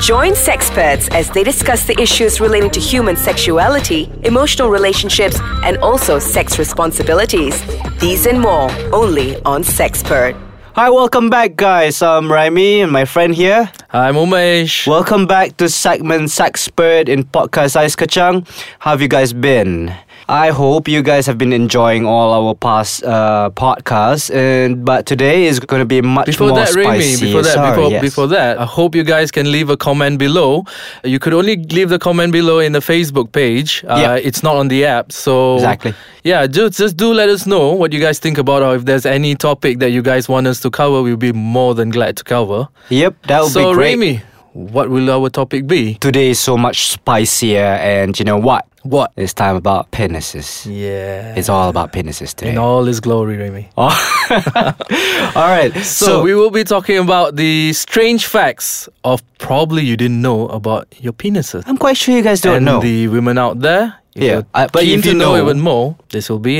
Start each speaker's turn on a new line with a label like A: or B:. A: Join sexperts as they discuss the issues relating to human sexuality, emotional relationships, and also sex responsibilities. These and more only on Sexpert.
B: Hi, welcome back, guys. I'm Raimi and my friend here.
C: I'm Umesh.
B: Welcome back to segment Sexpert in podcast Ice Kacang. How have you guys been? I hope you guys have been enjoying all our past uh, podcasts, and but today is going to be much
C: Before
B: more
C: that, Remy,
B: spicy.
C: before that,
B: Sorry,
C: before,
B: yes.
C: before that, I hope you guys can leave a comment below. You could only leave the comment below in the Facebook page. Uh,
B: Yeah.
C: It's not on the app, so
B: Exactly.
C: Yeah, just just do let us know what you guys think about, or if there's any topic that you guys want us to cover, we'll be more than glad to cover.
B: Yep, that would
C: so,
B: be great.
C: Remy, what will our topic be?
B: Today is so much spicier, and you know what?
C: What?
B: It's time about penises.
C: Yeah.
B: It's all about penises today.
C: in all his glory, Remy.
B: all right,
C: So,
B: so,
C: we will be talking about the strange facts of probably you didn't know about your penises.
B: I'm quite sure you guys don't
C: and
B: know.
C: the women out there. if
B: Yeah,
C: you're
B: I- but
C: keen
B: if you
C: to know,
B: know-
C: even more, this will be